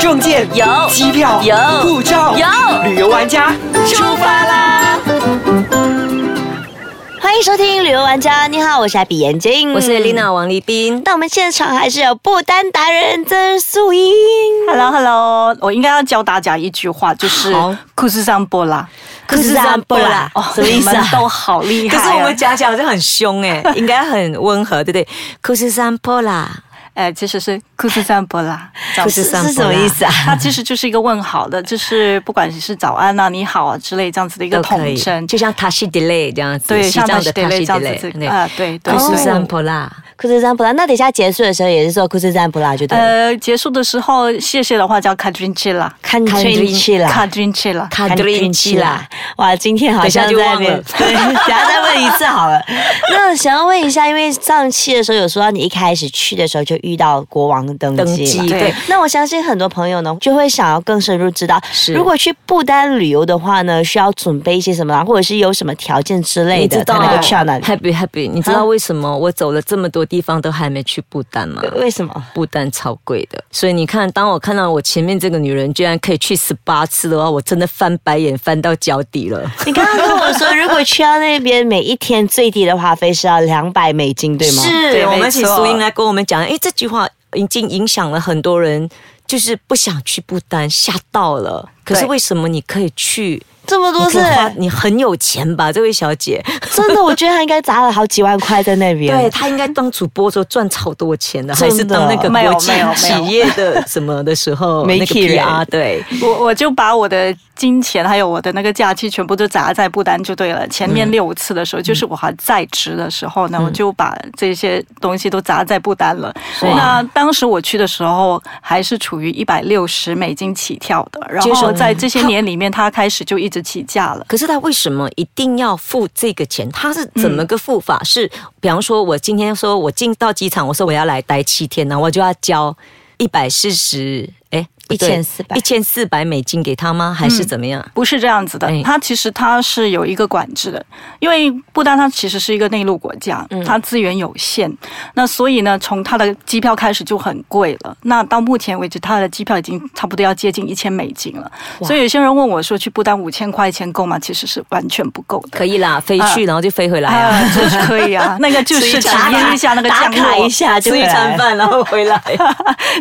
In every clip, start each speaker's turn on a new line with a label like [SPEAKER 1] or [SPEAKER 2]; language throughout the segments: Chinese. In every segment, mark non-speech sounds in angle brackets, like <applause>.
[SPEAKER 1] 证件
[SPEAKER 2] 有
[SPEAKER 1] 机票
[SPEAKER 2] 有
[SPEAKER 1] 护照
[SPEAKER 2] 有
[SPEAKER 1] 旅游玩家
[SPEAKER 2] 出发啦！
[SPEAKER 3] 欢迎收听旅游玩家，你好，我是艾比眼镜，
[SPEAKER 2] 我是。Lina 王立斌。
[SPEAKER 3] 那我们现场还是有不丹达人曾素英。
[SPEAKER 4] Hello Hello，我应该要教大家一句话，就是
[SPEAKER 2] 好
[SPEAKER 4] 库斯桑波拉，
[SPEAKER 2] 库斯桑波拉
[SPEAKER 4] 哦，
[SPEAKER 2] 什么意思啊
[SPEAKER 4] 你们都好厉害、
[SPEAKER 2] 可
[SPEAKER 4] 啊。
[SPEAKER 2] 是我们讲讲好像很凶哎、应该很温和，对不对？库斯山坡啦，
[SPEAKER 4] 呃，其实是库斯桑
[SPEAKER 2] <laughs>
[SPEAKER 4] 波拉，早
[SPEAKER 2] 库斯桑波拉
[SPEAKER 3] 是什么意思
[SPEAKER 2] <laughs>
[SPEAKER 3] 啊？
[SPEAKER 4] 它其实就是一个问好的，就是不管你是早安啊、你好啊之类这样子的一个
[SPEAKER 2] 都可
[SPEAKER 4] 统
[SPEAKER 2] 以
[SPEAKER 4] 称，，
[SPEAKER 2] 就像 Tashi Delay 这样子，
[SPEAKER 4] 对，
[SPEAKER 2] 西
[SPEAKER 4] 像
[SPEAKER 2] 藏
[SPEAKER 4] 那
[SPEAKER 2] 的
[SPEAKER 4] d
[SPEAKER 2] Tashi
[SPEAKER 4] 这样子
[SPEAKER 2] Delay，
[SPEAKER 4] 啊，对对。
[SPEAKER 2] 库斯山
[SPEAKER 4] 对
[SPEAKER 2] 坡啦，
[SPEAKER 3] 库兹赞布拉，那等一下结束的时候也是说库兹赞布拉就对了。
[SPEAKER 4] 呃，结束的时候谢谢的话叫卡君切拉，
[SPEAKER 3] 看运气
[SPEAKER 4] 卡
[SPEAKER 3] 啦，
[SPEAKER 4] 君切拉，
[SPEAKER 2] 卡
[SPEAKER 3] 运
[SPEAKER 2] 顿
[SPEAKER 3] 气
[SPEAKER 2] 基
[SPEAKER 3] 啦
[SPEAKER 2] 啦，！
[SPEAKER 3] 哇，今天好像在那边， <laughs> 对，等一下再问一次好 <laughs> 了。那想要问一下，因为上期的时候有说到你一开始去的时候就遇到国王登
[SPEAKER 2] 登
[SPEAKER 3] 基嘛
[SPEAKER 2] 基，对
[SPEAKER 4] 对。
[SPEAKER 3] <laughs> 那我相信很多朋友呢，就会想要更深入知道，
[SPEAKER 2] 是
[SPEAKER 3] 如果去不丹旅游的话呢，需要准备一些什么，或者是有什么条件之类
[SPEAKER 2] 你
[SPEAKER 3] 的，
[SPEAKER 2] 知
[SPEAKER 3] 才
[SPEAKER 2] 道
[SPEAKER 3] 能够去到那里？
[SPEAKER 2] Happy Happy，你知道为什么我走了这么多地方都还没去不丹吗？
[SPEAKER 3] 为什么？
[SPEAKER 2] 不丹超贵的，所以你看，当我看到我前面这个女人居然可以去十八次的话，我真的翻白眼翻到脚底了。
[SPEAKER 3] 你刚刚跟我说，如果去到那边，每一天最低的花费是要两百美金，对吗？
[SPEAKER 2] 是
[SPEAKER 4] 对
[SPEAKER 2] 我们
[SPEAKER 4] 没
[SPEAKER 2] 请
[SPEAKER 4] 错
[SPEAKER 2] 苏英来跟我们讲，哎，这句话已经影响了很多人，就是不想去不丹，吓到了。可是
[SPEAKER 4] 对
[SPEAKER 2] 为什么你可以去？
[SPEAKER 3] 这么多
[SPEAKER 2] 你
[SPEAKER 3] 次
[SPEAKER 2] 可，花你很有钱吧，这位小姐？
[SPEAKER 3] 真的，我觉得他应该砸了好几万块在那边。
[SPEAKER 2] <laughs> 对，她应该当主播的时候赚超多钱的，还
[SPEAKER 3] 真的
[SPEAKER 2] 是当那个
[SPEAKER 4] 没有
[SPEAKER 2] 国际
[SPEAKER 4] 没有没有
[SPEAKER 2] 企业的什么的时候，
[SPEAKER 3] 媒
[SPEAKER 2] 那个
[SPEAKER 3] 体人
[SPEAKER 2] PR 对。
[SPEAKER 4] <laughs> 我我就把我的金钱还有我的那个假期全部都砸在不丹就对了。前面六次的时候，就是我还在职的时候呢，我就把这些东西都砸在不丹了。
[SPEAKER 2] 哇
[SPEAKER 4] 那当时我去的时候还是处于一百六十美金起跳的，然
[SPEAKER 2] 接受
[SPEAKER 4] 后在这些年里面，它开始就一直起价了。
[SPEAKER 2] 可是他为什么一定要付这个钱？他是怎么个付法？是比方说，我今天说我进到机场，我说我要来待七天呢，我就要交一百四十，哎，
[SPEAKER 3] 1400
[SPEAKER 2] 一千四百美金给他吗？还是怎么样？
[SPEAKER 4] 不是这样子的
[SPEAKER 2] 哎，
[SPEAKER 4] 它其实它是有一个管制的，因为不丹它其实是一个内陆国家，
[SPEAKER 3] 嗯
[SPEAKER 4] 它资源有限，那所以呢，从它的机票开始就很贵了。那到目前为止，它的机票已经差不多要接近一千美金了。所以有些人问我说，去不丹五千块钱够吗？其实是完全不够的。
[SPEAKER 2] 可以啦，飞去、然后就飞回
[SPEAKER 3] 哎
[SPEAKER 2] 来啊。
[SPEAKER 4] 啊，这是可以
[SPEAKER 3] <laughs>
[SPEAKER 4] 啊，那个就是体验一下那个
[SPEAKER 3] 打
[SPEAKER 4] 降
[SPEAKER 3] 卡
[SPEAKER 4] 落
[SPEAKER 3] 一下就
[SPEAKER 2] 吃
[SPEAKER 3] 回
[SPEAKER 2] 一
[SPEAKER 3] 来
[SPEAKER 2] 餐
[SPEAKER 3] 了。
[SPEAKER 2] 饭，然后回来。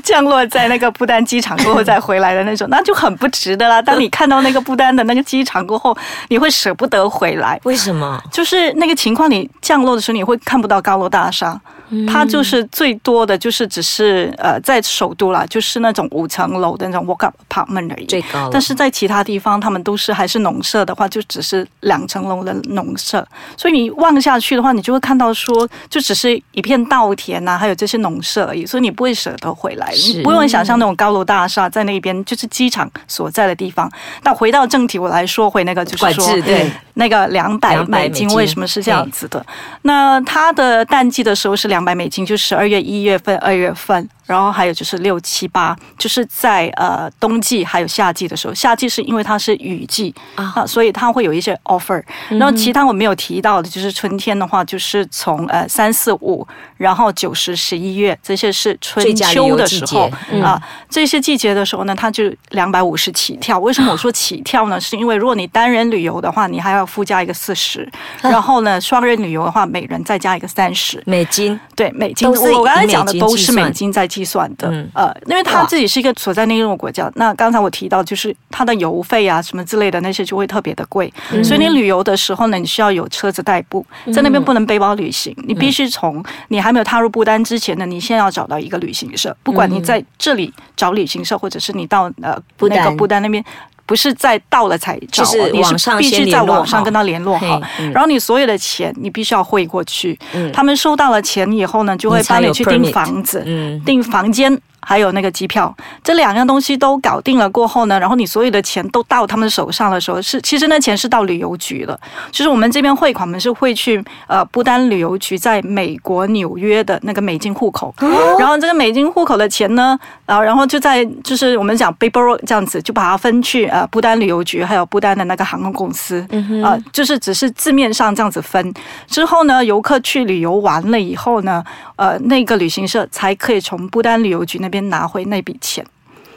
[SPEAKER 4] 降落在那个不丹机场过后再回来的那种，那就很不值得啦。当你看到那个不丹的那个机场过后，你会舍不得回来。
[SPEAKER 2] 为什么？
[SPEAKER 4] 就是那个情况，你降落的时候你会看不到高楼大厦，
[SPEAKER 2] 嗯
[SPEAKER 4] 它就是最多的就是只是呃在首都啦，就是那种五层楼的那种 walk up apartment 而已。
[SPEAKER 2] 最高了
[SPEAKER 4] 但是在其他地方，他们都是还是农舍的话，就只是两层楼的农舍，所以你望下去的话，你就会看到说，就只是一片稻田呐、还有这些农舍而已，所以你不会舍得回来，
[SPEAKER 2] 是
[SPEAKER 4] 你不用想象那种高楼大厦在那边，就是机场所在的地方。那回到正题，我来说回那个就是
[SPEAKER 2] 管
[SPEAKER 4] 说
[SPEAKER 2] 制对
[SPEAKER 4] 那个两百
[SPEAKER 2] 200
[SPEAKER 4] 美
[SPEAKER 2] 美
[SPEAKER 4] 金
[SPEAKER 2] 金
[SPEAKER 4] 为什么是这样子的？那它的淡季的时候是两百美金，就十二月、一月份、二月份，然后还有就是六七八，就是在呃冬季还有夏季的时候，夏季是因为它是雨季
[SPEAKER 2] 啊嗯
[SPEAKER 4] 啊、所以它会有一些 offer。然后其他我没有提到的，就是春天的话，就是从呃三四五，然后九十十一月这些是
[SPEAKER 2] 最
[SPEAKER 4] 春
[SPEAKER 2] 佳旅
[SPEAKER 4] 秋
[SPEAKER 2] 游
[SPEAKER 4] 的
[SPEAKER 2] 季
[SPEAKER 4] 时
[SPEAKER 2] 节嗯
[SPEAKER 4] 候啊、这些季节的时候呢，它就两百五十起跳。为什么我说起跳呢？是因为如果你单人旅游的话，你还要附加一个四十，然后呢，双人旅游的话，每人再加一个三十。
[SPEAKER 2] 美金
[SPEAKER 4] 对，美金，
[SPEAKER 2] 都是
[SPEAKER 4] 我我刚
[SPEAKER 2] 以
[SPEAKER 4] 才
[SPEAKER 2] 美
[SPEAKER 4] 讲的
[SPEAKER 2] 金
[SPEAKER 4] 都
[SPEAKER 2] 计
[SPEAKER 4] 是美
[SPEAKER 2] 算
[SPEAKER 4] 金在计算的，
[SPEAKER 2] 嗯
[SPEAKER 4] 呃，因为它
[SPEAKER 2] 哇
[SPEAKER 4] 自己是一个所在内陆国家，那刚才我提到就是它的油费啊什么之类的那些就会特别的贵，
[SPEAKER 2] 嗯
[SPEAKER 4] 所以你旅游的时候呢，你需要有车子代步，在那边不能背包旅
[SPEAKER 2] 嗯
[SPEAKER 4] 行，你必须从你还没有踏入不丹之前呢，你先要找到一个旅行
[SPEAKER 2] 嗯
[SPEAKER 4] 社，不管你在这里找旅行社，或者是你到呃
[SPEAKER 3] 不
[SPEAKER 4] 那个
[SPEAKER 3] 丹
[SPEAKER 4] 不丹那边。不是在到了才找
[SPEAKER 2] 就
[SPEAKER 4] 啊，
[SPEAKER 2] 是
[SPEAKER 4] 你
[SPEAKER 2] 网上
[SPEAKER 4] 是必
[SPEAKER 2] 先
[SPEAKER 4] 须
[SPEAKER 2] 联
[SPEAKER 4] 在
[SPEAKER 2] 络
[SPEAKER 4] 网上
[SPEAKER 2] 好
[SPEAKER 4] 跟他联络好
[SPEAKER 2] 嘿，嗯
[SPEAKER 4] 然后你所有的钱你必须要汇过去。他们收到了钱以后呢，就会
[SPEAKER 2] 你才
[SPEAKER 4] 帮你
[SPEAKER 2] 有
[SPEAKER 4] 去订
[SPEAKER 2] permit
[SPEAKER 4] 房子，
[SPEAKER 2] 嗯
[SPEAKER 4] 订房间。还有那个机票，这两样东西都搞定了过后呢，然后你所有的钱都到他们手上的时候，是其实那钱是到旅游局的，就是我们这边汇款，我们是会去呃不丹旅游局在美国纽约的那个美金户口，
[SPEAKER 2] 哦
[SPEAKER 4] 然后这个美金户口的钱呢，啊，然后就在就是我们讲 b a b e r 这样子，就把它分去呃不丹旅游局还有不丹的那个航空公司，啊、就是只是字面上这样子分，之后呢，游客去旅游完了以后呢，呃，那个旅行社才可以从不丹旅游局那边拿回那笔钱。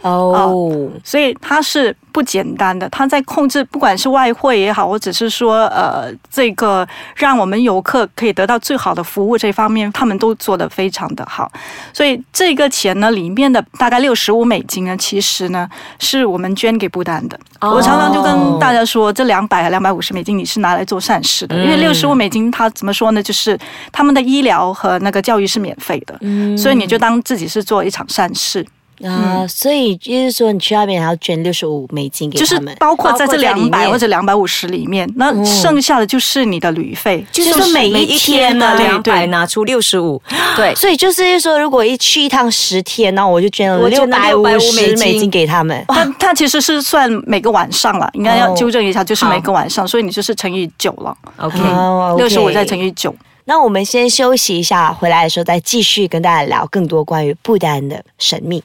[SPEAKER 2] 哦，
[SPEAKER 4] 所以它是不简单的。它在控制，不管是外汇也好，或者是说呃这个让我们游客可以得到最好的服务这方面，他们都做得非常的好。所以这个钱呢，里面的大概六十五美金呢，其实呢是我们捐给不丹的。
[SPEAKER 2] 哦
[SPEAKER 4] 我常常就跟大家说，这两百两百五十美金你是拿来做善事的，因为六十五美金它怎么说呢，就是他们的医疗和那个教育是免费的，所以你就当自己是做一场善事。
[SPEAKER 3] 啊，所以就是说你去那边还要捐六十五美金给
[SPEAKER 4] 就是
[SPEAKER 3] 他们，
[SPEAKER 4] 包括在
[SPEAKER 2] 包括
[SPEAKER 4] 这
[SPEAKER 2] 在里
[SPEAKER 4] 两百
[SPEAKER 2] 面哦
[SPEAKER 4] 或者两百五十里面，那剩下的就是你的旅费。
[SPEAKER 3] 就是说每一天呢
[SPEAKER 2] 的
[SPEAKER 4] 对
[SPEAKER 2] 两百
[SPEAKER 4] 对
[SPEAKER 2] 拿出六十五，
[SPEAKER 4] 对
[SPEAKER 3] 所以就是说，如果一去一趟十天，然后我就捐了
[SPEAKER 2] 我
[SPEAKER 3] 六
[SPEAKER 2] 捐了
[SPEAKER 3] 百五
[SPEAKER 2] 650
[SPEAKER 3] 十美
[SPEAKER 2] 美
[SPEAKER 3] 金
[SPEAKER 2] 金
[SPEAKER 3] 给他们。
[SPEAKER 4] 它它其实是算每个晚上了，应该要
[SPEAKER 3] 哦
[SPEAKER 4] 纠正一下，就是每个晚上，所以你就是乘以九了，
[SPEAKER 2] ，OK，
[SPEAKER 3] 哦
[SPEAKER 4] 六十五
[SPEAKER 3] OK
[SPEAKER 4] 再乘以九。
[SPEAKER 3] 那我们先休息一下，回来的时候再继续跟大家聊更多关于不丹的神秘。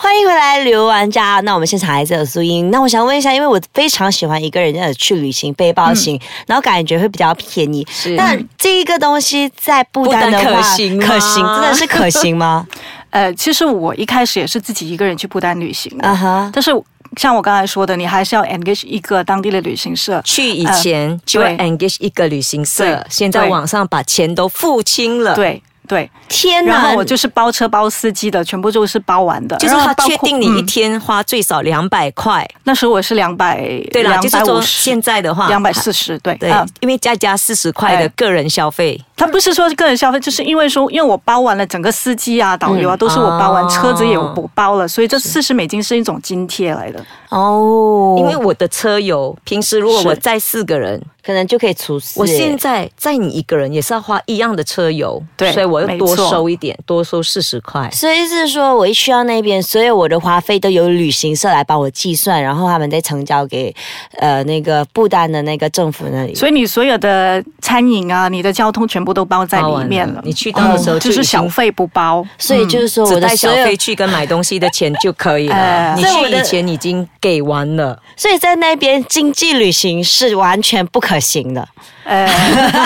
[SPEAKER 3] 欢迎回来，旅游玩家。那我们现场还是有苏英。那我想问一下，因为我非常喜欢一个人的去旅行，背包行，然后感觉会比较便宜。
[SPEAKER 2] 是
[SPEAKER 3] 那这一个东西在不丹的
[SPEAKER 2] 不
[SPEAKER 3] 话，
[SPEAKER 2] 嗯丹可行吗
[SPEAKER 3] 可行真的是可行吗？
[SPEAKER 4] 呃，其实我一开始也是自己一个人去不丹旅行的，
[SPEAKER 3] 啊哈，
[SPEAKER 4] 但是像我刚才说的，你还是要 engage 一个当地的旅行社。
[SPEAKER 2] 去以前就要
[SPEAKER 4] 对
[SPEAKER 2] engage 一个旅行社
[SPEAKER 4] 对，
[SPEAKER 2] 现在
[SPEAKER 4] 对
[SPEAKER 2] 网上把钱都付清了，，
[SPEAKER 4] 对对，
[SPEAKER 3] 天
[SPEAKER 4] 然
[SPEAKER 3] 哪！
[SPEAKER 4] 后我就是包车包司机的，全部都是包完的。
[SPEAKER 2] 就是
[SPEAKER 4] 然后
[SPEAKER 2] 他
[SPEAKER 4] 包括
[SPEAKER 2] 确定你一
[SPEAKER 4] 嗯
[SPEAKER 2] 天花最少两百块，
[SPEAKER 4] 那时候我是两百，
[SPEAKER 2] 对啦，
[SPEAKER 4] 两
[SPEAKER 2] 就是
[SPEAKER 4] 百五
[SPEAKER 2] 说
[SPEAKER 4] 十，
[SPEAKER 2] 现在的话，
[SPEAKER 4] 两百四十，对，
[SPEAKER 2] 对
[SPEAKER 4] 啊，
[SPEAKER 2] 因为再加四十块的
[SPEAKER 4] 哎
[SPEAKER 2] 个人消费，
[SPEAKER 4] 他不是说个人消费，就是因为说，因为我包完了整个司机啊、导游啊，都是我包完，
[SPEAKER 2] 哦
[SPEAKER 4] 车子也我包了，所以这四十美金是一种津贴来的。
[SPEAKER 3] 哦，
[SPEAKER 2] 因为我的车油，平时如果
[SPEAKER 4] 是
[SPEAKER 2] 我载四个人，
[SPEAKER 3] 可能就可以除四。
[SPEAKER 2] 我现在载你一个人也是要花一样的车油，
[SPEAKER 4] 对
[SPEAKER 2] 所以我要
[SPEAKER 4] 没
[SPEAKER 2] 多
[SPEAKER 4] 错
[SPEAKER 2] 收一点，多收四十块。
[SPEAKER 3] 所以是说，我一去到那边，所有我的花费都由旅行社来帮我计算，然后他们再成交给呃那个不丹的那个政府那里。
[SPEAKER 4] 所以你所有的餐饮啊、你的交通全部都包在
[SPEAKER 2] 包
[SPEAKER 4] 里
[SPEAKER 2] 完
[SPEAKER 4] 面
[SPEAKER 2] 了
[SPEAKER 4] 了。
[SPEAKER 2] 你去到的时候
[SPEAKER 4] 哦
[SPEAKER 2] 就
[SPEAKER 4] 就
[SPEAKER 2] 已
[SPEAKER 4] 是
[SPEAKER 2] 经
[SPEAKER 4] 小费不
[SPEAKER 2] <laughs>
[SPEAKER 4] 包，
[SPEAKER 3] 所以就是说，我
[SPEAKER 2] 嗯只
[SPEAKER 3] 的
[SPEAKER 2] 带小
[SPEAKER 3] 所有
[SPEAKER 2] 费，去跟买东西的钱就可以
[SPEAKER 4] <laughs> 哎
[SPEAKER 2] 了。你
[SPEAKER 3] 所以我
[SPEAKER 2] 去
[SPEAKER 3] 的
[SPEAKER 2] 以前已经给完了，
[SPEAKER 3] 所以在那边经济旅行是完全不可行的。
[SPEAKER 4] 呃，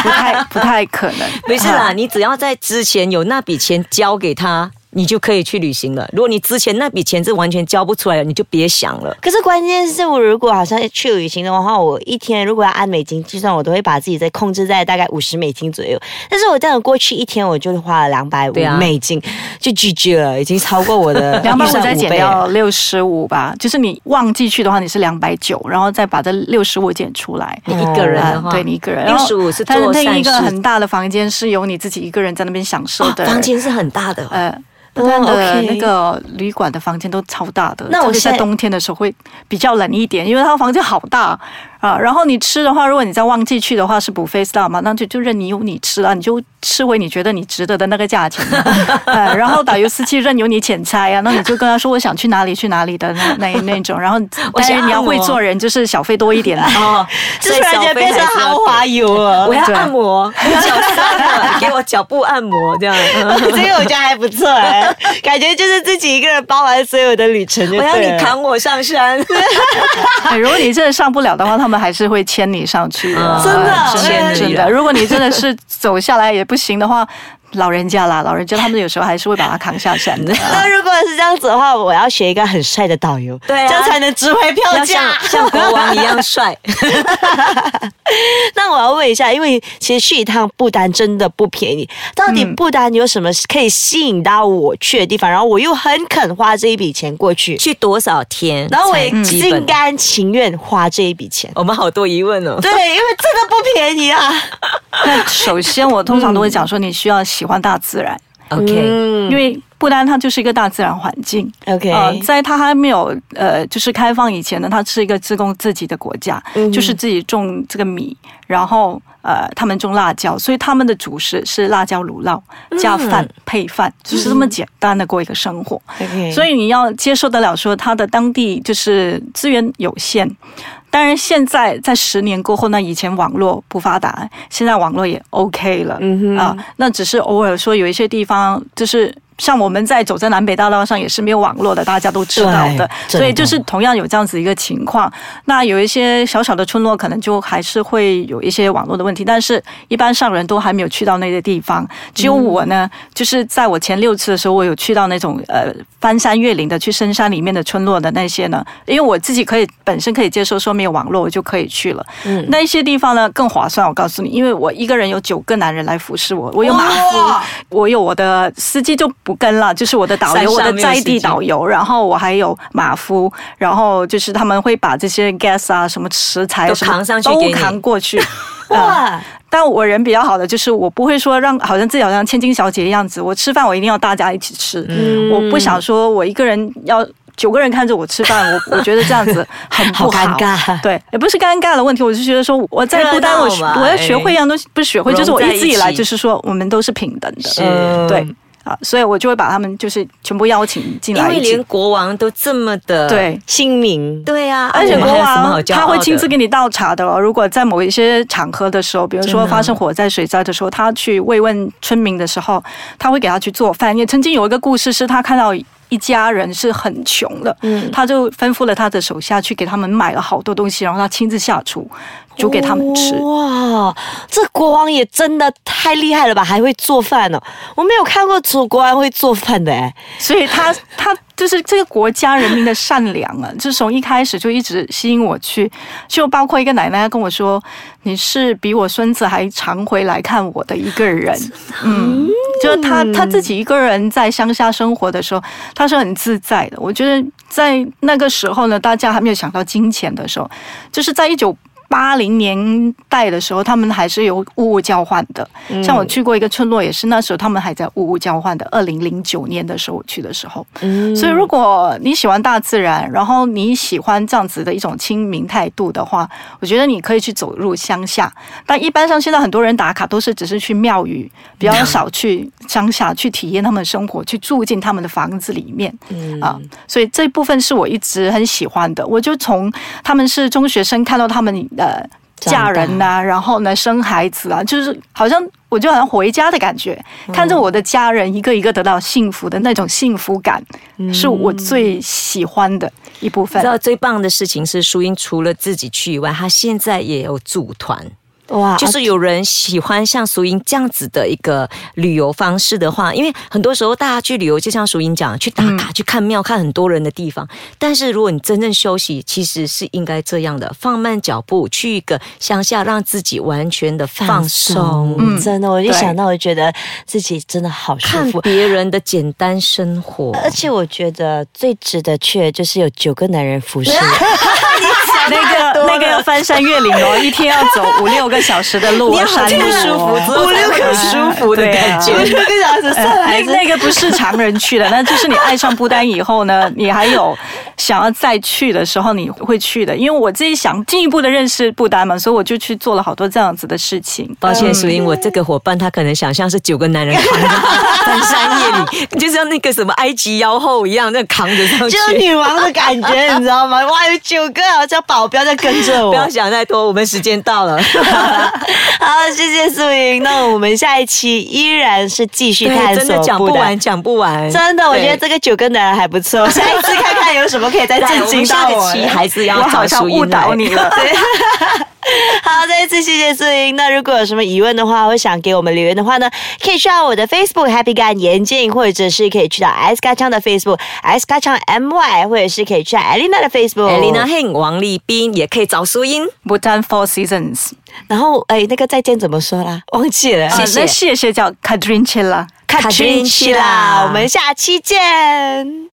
[SPEAKER 4] 不太不太可能。
[SPEAKER 2] 不是
[SPEAKER 4] 啊
[SPEAKER 2] 啦，你只要在之前有那笔钱交给他，你就可以去旅行了。如果你之前那笔钱是完全交不出来的，你就别想了。
[SPEAKER 3] 可是关键是我如果好像去旅行的话，我一天如果要按美金计算，我都会把自己再控制在大概五十美金左右。但是我这样过去一天，我就花了两百五
[SPEAKER 2] 对啊
[SPEAKER 3] 美金，就 GG 了，已经超过我的
[SPEAKER 4] <laughs> 两百
[SPEAKER 3] 预
[SPEAKER 4] 五
[SPEAKER 3] 算
[SPEAKER 4] 再减
[SPEAKER 3] 倍了
[SPEAKER 2] <laughs>
[SPEAKER 4] 掉六十五吧，就是你忘记去的话，你是两百九，然后再把这六十五减出来。
[SPEAKER 3] 啊
[SPEAKER 4] 呃
[SPEAKER 2] 你一个人的话，
[SPEAKER 4] 对你一个人，然后
[SPEAKER 2] 65是
[SPEAKER 4] 但是
[SPEAKER 2] 做
[SPEAKER 4] 那一
[SPEAKER 2] 善
[SPEAKER 4] 个
[SPEAKER 2] 事
[SPEAKER 4] 很大的房间是由你自己一个人在那边享受
[SPEAKER 2] 哦
[SPEAKER 4] 的。
[SPEAKER 2] 房间是很大的哦。
[SPEAKER 4] 呃，不丹的
[SPEAKER 3] OK
[SPEAKER 4] 那个旅馆的房间都超大的，
[SPEAKER 3] 那我
[SPEAKER 4] 特别
[SPEAKER 3] 现在
[SPEAKER 4] 在冬天的时候会比较冷一点，因为它房间好大啊。然后你吃的话，如果你在旺季去的话是不 face 到嘛，那就就任由你吃啊，你就吃回你觉得你值得的那个价钱嘛。呃，然后导游司机任由你遣差啊，那你就跟他说我想去哪里去哪里的那那那种，然后
[SPEAKER 2] 我
[SPEAKER 4] 但
[SPEAKER 2] 想
[SPEAKER 4] 是你要
[SPEAKER 2] 按摩
[SPEAKER 4] 会做人，就是小费多一点啦。
[SPEAKER 2] 哦，
[SPEAKER 3] 这突然间变成豪华游了。
[SPEAKER 2] 我要
[SPEAKER 4] 对
[SPEAKER 2] 按摩，我脚酸了，给我脚部按摩这样。嗯
[SPEAKER 3] 这个我觉得还不错哎、感觉就是自己一个人包完所有的旅程就
[SPEAKER 2] 我
[SPEAKER 3] <laughs>
[SPEAKER 2] 要
[SPEAKER 3] 对
[SPEAKER 2] 你
[SPEAKER 3] 了
[SPEAKER 2] 扛我上
[SPEAKER 3] <laughs>
[SPEAKER 2] 山，
[SPEAKER 4] 哎如果你真的上不了的话，他们还是会牵你上去的
[SPEAKER 2] 嗯，
[SPEAKER 3] 真的
[SPEAKER 4] 真
[SPEAKER 2] 牵
[SPEAKER 4] 的
[SPEAKER 2] 你
[SPEAKER 4] 真的。
[SPEAKER 2] 了
[SPEAKER 4] 如果你真的是走下来也不行的话，老人家啦，老人家他们有时候还是会把他扛下山的。
[SPEAKER 2] 嗯
[SPEAKER 3] 那如果是这样子的话，我要选一个很帅的导游，
[SPEAKER 2] 对啊
[SPEAKER 3] 这样才能值回票
[SPEAKER 2] 要
[SPEAKER 3] 价
[SPEAKER 2] 像。像国王一样帅。
[SPEAKER 3] <laughs> 那我要问一下，因为其实去一趟不丹真的不便宜，
[SPEAKER 2] 嗯
[SPEAKER 3] 到底不丹有什么可以吸引到我去的地方？然后我又很肯花这一笔钱过去，
[SPEAKER 2] 去多少天？
[SPEAKER 3] 然后我也
[SPEAKER 2] 才基本
[SPEAKER 3] 心甘情愿花这一笔钱。
[SPEAKER 2] <laughs> 我们好多疑问哦。
[SPEAKER 3] 对，因为真的不便宜啊。
[SPEAKER 4] 那呃首先，我通常都会讲说，你需要喜欢大自然，
[SPEAKER 2] OK，
[SPEAKER 4] 因为不丹它就是一个大自然环境。
[SPEAKER 3] 嗯 OK，、
[SPEAKER 4] 呃，在它还没有呃，就是开放以前呢，它是一个自供自己的国家，就是自己种这个米，然后呃，他们种辣椒，所以他们的主食是辣椒卤酪加饭、配饭，就是这么简单的过一个生活。
[SPEAKER 3] OK，
[SPEAKER 4] 所
[SPEAKER 3] 以
[SPEAKER 4] 以你要接受得了说它的当地就是资源有限。当然，现在在十年过后，那以前网络不发达，现在网络也 OK 了、
[SPEAKER 3] 嗯哼
[SPEAKER 4] 啊。那只是偶尔说有一些地方，就是像我们在走在南北大道上也是没有网络的，大家都知道的，
[SPEAKER 3] 对
[SPEAKER 4] 所
[SPEAKER 3] 真
[SPEAKER 4] 以
[SPEAKER 3] 的
[SPEAKER 4] 就是同样有这样子一个情况。那有一些小小的村落可能就还是会有一些网络的问题，但是一般上人都还没有去到那个地方。只有我呢，
[SPEAKER 3] 嗯
[SPEAKER 4] 就是在我前六次的时候，我有去到那种呃翻山越岭的，去深山里面的村落的那些呢，因为我自己可以本身可以接受说没有网络，我就可以去了。
[SPEAKER 3] 嗯
[SPEAKER 4] 那一些地方呢更划算，我告诉你，因为我一个人有九个男人来服侍我，我有马夫，我有我的司机就不跟了，就是我的导
[SPEAKER 2] 山
[SPEAKER 4] 游，
[SPEAKER 2] 上
[SPEAKER 4] 我的
[SPEAKER 2] 没有
[SPEAKER 4] 在
[SPEAKER 2] 司
[SPEAKER 4] 地
[SPEAKER 2] 机
[SPEAKER 4] 导游，然后我还有马夫，然后就是他们会把这些 gas 啊、什么食材啊
[SPEAKER 2] 都
[SPEAKER 4] 什么
[SPEAKER 2] 扛上去
[SPEAKER 4] 都
[SPEAKER 2] 给你
[SPEAKER 4] 扛过
[SPEAKER 2] <laughs>
[SPEAKER 4] 去。啊
[SPEAKER 3] 哇，
[SPEAKER 4] 但我人比较好的就是我不会说让好像自己好像千金小姐的样子，我吃饭我一定要大家一起吃，
[SPEAKER 3] 嗯
[SPEAKER 4] 我不想说我一个人要。九个人看着我吃饭，我我觉得这样子很不
[SPEAKER 3] 好尴
[SPEAKER 2] 哎
[SPEAKER 3] 尬
[SPEAKER 4] 对，也不是尴尬的问题，我就觉得说我在孤单，我
[SPEAKER 2] 热闹嘛哎
[SPEAKER 4] 我要学会一样东西，不是学会，
[SPEAKER 2] 融
[SPEAKER 4] 就是我
[SPEAKER 2] 在
[SPEAKER 4] 一直以来
[SPEAKER 2] 一起
[SPEAKER 4] 就是说我们都是平等的，
[SPEAKER 2] 是
[SPEAKER 3] 嗯
[SPEAKER 4] 对啊，所以我就会把他们就是全部邀请进
[SPEAKER 2] 因
[SPEAKER 4] 来
[SPEAKER 2] 为
[SPEAKER 4] 一起，
[SPEAKER 2] 连国王都这么的，
[SPEAKER 4] 对，
[SPEAKER 3] 姓名
[SPEAKER 2] 对呀、啊，
[SPEAKER 4] 而且
[SPEAKER 2] 我们
[SPEAKER 4] 国
[SPEAKER 2] 还有什么好
[SPEAKER 4] 王
[SPEAKER 2] 骄傲的
[SPEAKER 4] 他会亲自给你倒茶的哦。如果在某一些场合的时候，比如
[SPEAKER 2] 真的
[SPEAKER 4] 说发生火灾、水灾的时候，他去慰问村民的时候，他会给他去做饭。也曾经有一个故事是，他看到。一家人是很穷的，
[SPEAKER 3] 嗯
[SPEAKER 4] 他就吩咐了他的手下去给他们买了好多东西，然后他亲自下厨煮给他们吃。
[SPEAKER 3] 哇，这国王也真的太厉害了吧，还会做饭哦！我没有看过楚国王会做饭的哎，
[SPEAKER 4] 所以他 <laughs> 他就是这个国家人民的善良啊，就是从一开始就一直吸引我去，就包括一个奶奶跟我说：“你是比我孙子还常回来看我的一个人。”嗯，就是他他自己一个人在乡下生活的时候，他是很自在的。我觉得在那个时候呢，大家还没有想到金钱的时候，就是在一九。八零年代的时候，他们还是有物物交换的。像我去过一个村落，也是那时候他们还在物物交换的。二零零九年的时候我去的时候，
[SPEAKER 3] 嗯
[SPEAKER 4] 所以如果你喜欢大自然，然后你喜欢这样子的一种亲民态度的话，我觉得你可以去走入乡下。但一般上现在很多人打卡都是只是去庙宇，比较少去乡下去体验他们的生活，去住进他们的房子里面。
[SPEAKER 3] 嗯
[SPEAKER 4] 啊，所以这部分是我一直很喜欢的。我就从他们是中学生看到他们呃
[SPEAKER 3] 长大
[SPEAKER 4] 嫁人呐、啊然后呢生孩子啊，就是好像我就好像回家的感觉，
[SPEAKER 2] 嗯
[SPEAKER 4] 看着我的家人一个一个得到幸福的那种幸福感，是我最喜欢的一部
[SPEAKER 2] 你
[SPEAKER 4] 分
[SPEAKER 2] 嗯知。道最棒的事情是，淑英除了自己去以外，她现在也有组团。
[SPEAKER 3] 哇，
[SPEAKER 2] 就是有人喜欢像淑英这样子的一个旅游方式的话，因为很多时候大家去旅游，就像淑英讲，去打卡、去看庙、看很多人的地方。但是如果你真正休息，其实是应该这样的，放慢脚步，去一个乡下，让自己完全的放松。
[SPEAKER 4] 嗯
[SPEAKER 3] 啊真的，我一
[SPEAKER 4] 对
[SPEAKER 3] 想到我就觉得自己真的好舒
[SPEAKER 2] 看
[SPEAKER 3] 服。
[SPEAKER 2] 别人的简单生活，
[SPEAKER 3] 而且我觉得最值得去的就是有九个男人服侍我，
[SPEAKER 4] 那个那个要翻山越岭哦，一天要走五六个小时的路，
[SPEAKER 2] <laughs> <laughs> 你要
[SPEAKER 4] 山
[SPEAKER 2] 很
[SPEAKER 4] 路
[SPEAKER 2] 舒服，
[SPEAKER 4] 哦 <laughs>
[SPEAKER 2] 之后才会有舒服的
[SPEAKER 4] 对啊
[SPEAKER 2] 感觉。 <laughs>
[SPEAKER 3] 六个小时算
[SPEAKER 4] 那那个不是常人去的，那就是你爱上不丹以后呢，你还有想要再去的时候，你会去的。因为我自己想进一步的认识不丹嘛，所以我就去做了好多这样子的事情。
[SPEAKER 2] 抱歉，淑英，我这个伙伴他可能想象是九个男人扛 <laughs> 着翻山越岭，就像那个什么埃及妖后一样，那扛着上去
[SPEAKER 3] 就。有女王的感觉，你知道吗？ <laughs> 哇，有九个好像保镖在跟着
[SPEAKER 2] 不
[SPEAKER 3] 我
[SPEAKER 2] 要。想太多，我们时间到 <laughs>
[SPEAKER 3] <laughs>
[SPEAKER 2] 了。
[SPEAKER 3] 好，谢谢素莹。那我们下一期依然是继续探
[SPEAKER 2] 对，
[SPEAKER 3] 索
[SPEAKER 2] 真的讲不
[SPEAKER 3] 丹
[SPEAKER 2] 完，讲不完。
[SPEAKER 3] 真的，我
[SPEAKER 2] 对
[SPEAKER 3] 觉得这个九个男人还不错。下一次看看有什么可以
[SPEAKER 2] <laughs>
[SPEAKER 3] 再震惊到
[SPEAKER 2] 对我
[SPEAKER 3] 我 <laughs>
[SPEAKER 2] 们下一
[SPEAKER 3] 了。
[SPEAKER 2] 期还是要
[SPEAKER 4] 我好
[SPEAKER 2] 找
[SPEAKER 4] 像
[SPEAKER 2] 淑
[SPEAKER 4] 误
[SPEAKER 2] 英
[SPEAKER 4] 导
[SPEAKER 2] 来。
[SPEAKER 4] 你了。
[SPEAKER 3] 好，再次谢谢素英。那如果有什么疑问的话，或想给我们留言的话呢，可以去到我的 Facebook Happy Gun 眼镜，或者是可以去到 S 嘎唱的 Facebook S 嘎唱 MY，或者是可以去到 Elena 的 Facebook
[SPEAKER 2] Elena Heng、王立斌也可以找淑英。
[SPEAKER 4] 不丹 Four Seasons，
[SPEAKER 3] 然后哎，那个再见怎么说啦？忘记了，
[SPEAKER 4] 啊那谢谢叫 Kadrinchela。
[SPEAKER 3] 卡
[SPEAKER 2] Katrin
[SPEAKER 3] 去
[SPEAKER 2] Chila
[SPEAKER 3] 啦，我们下期见。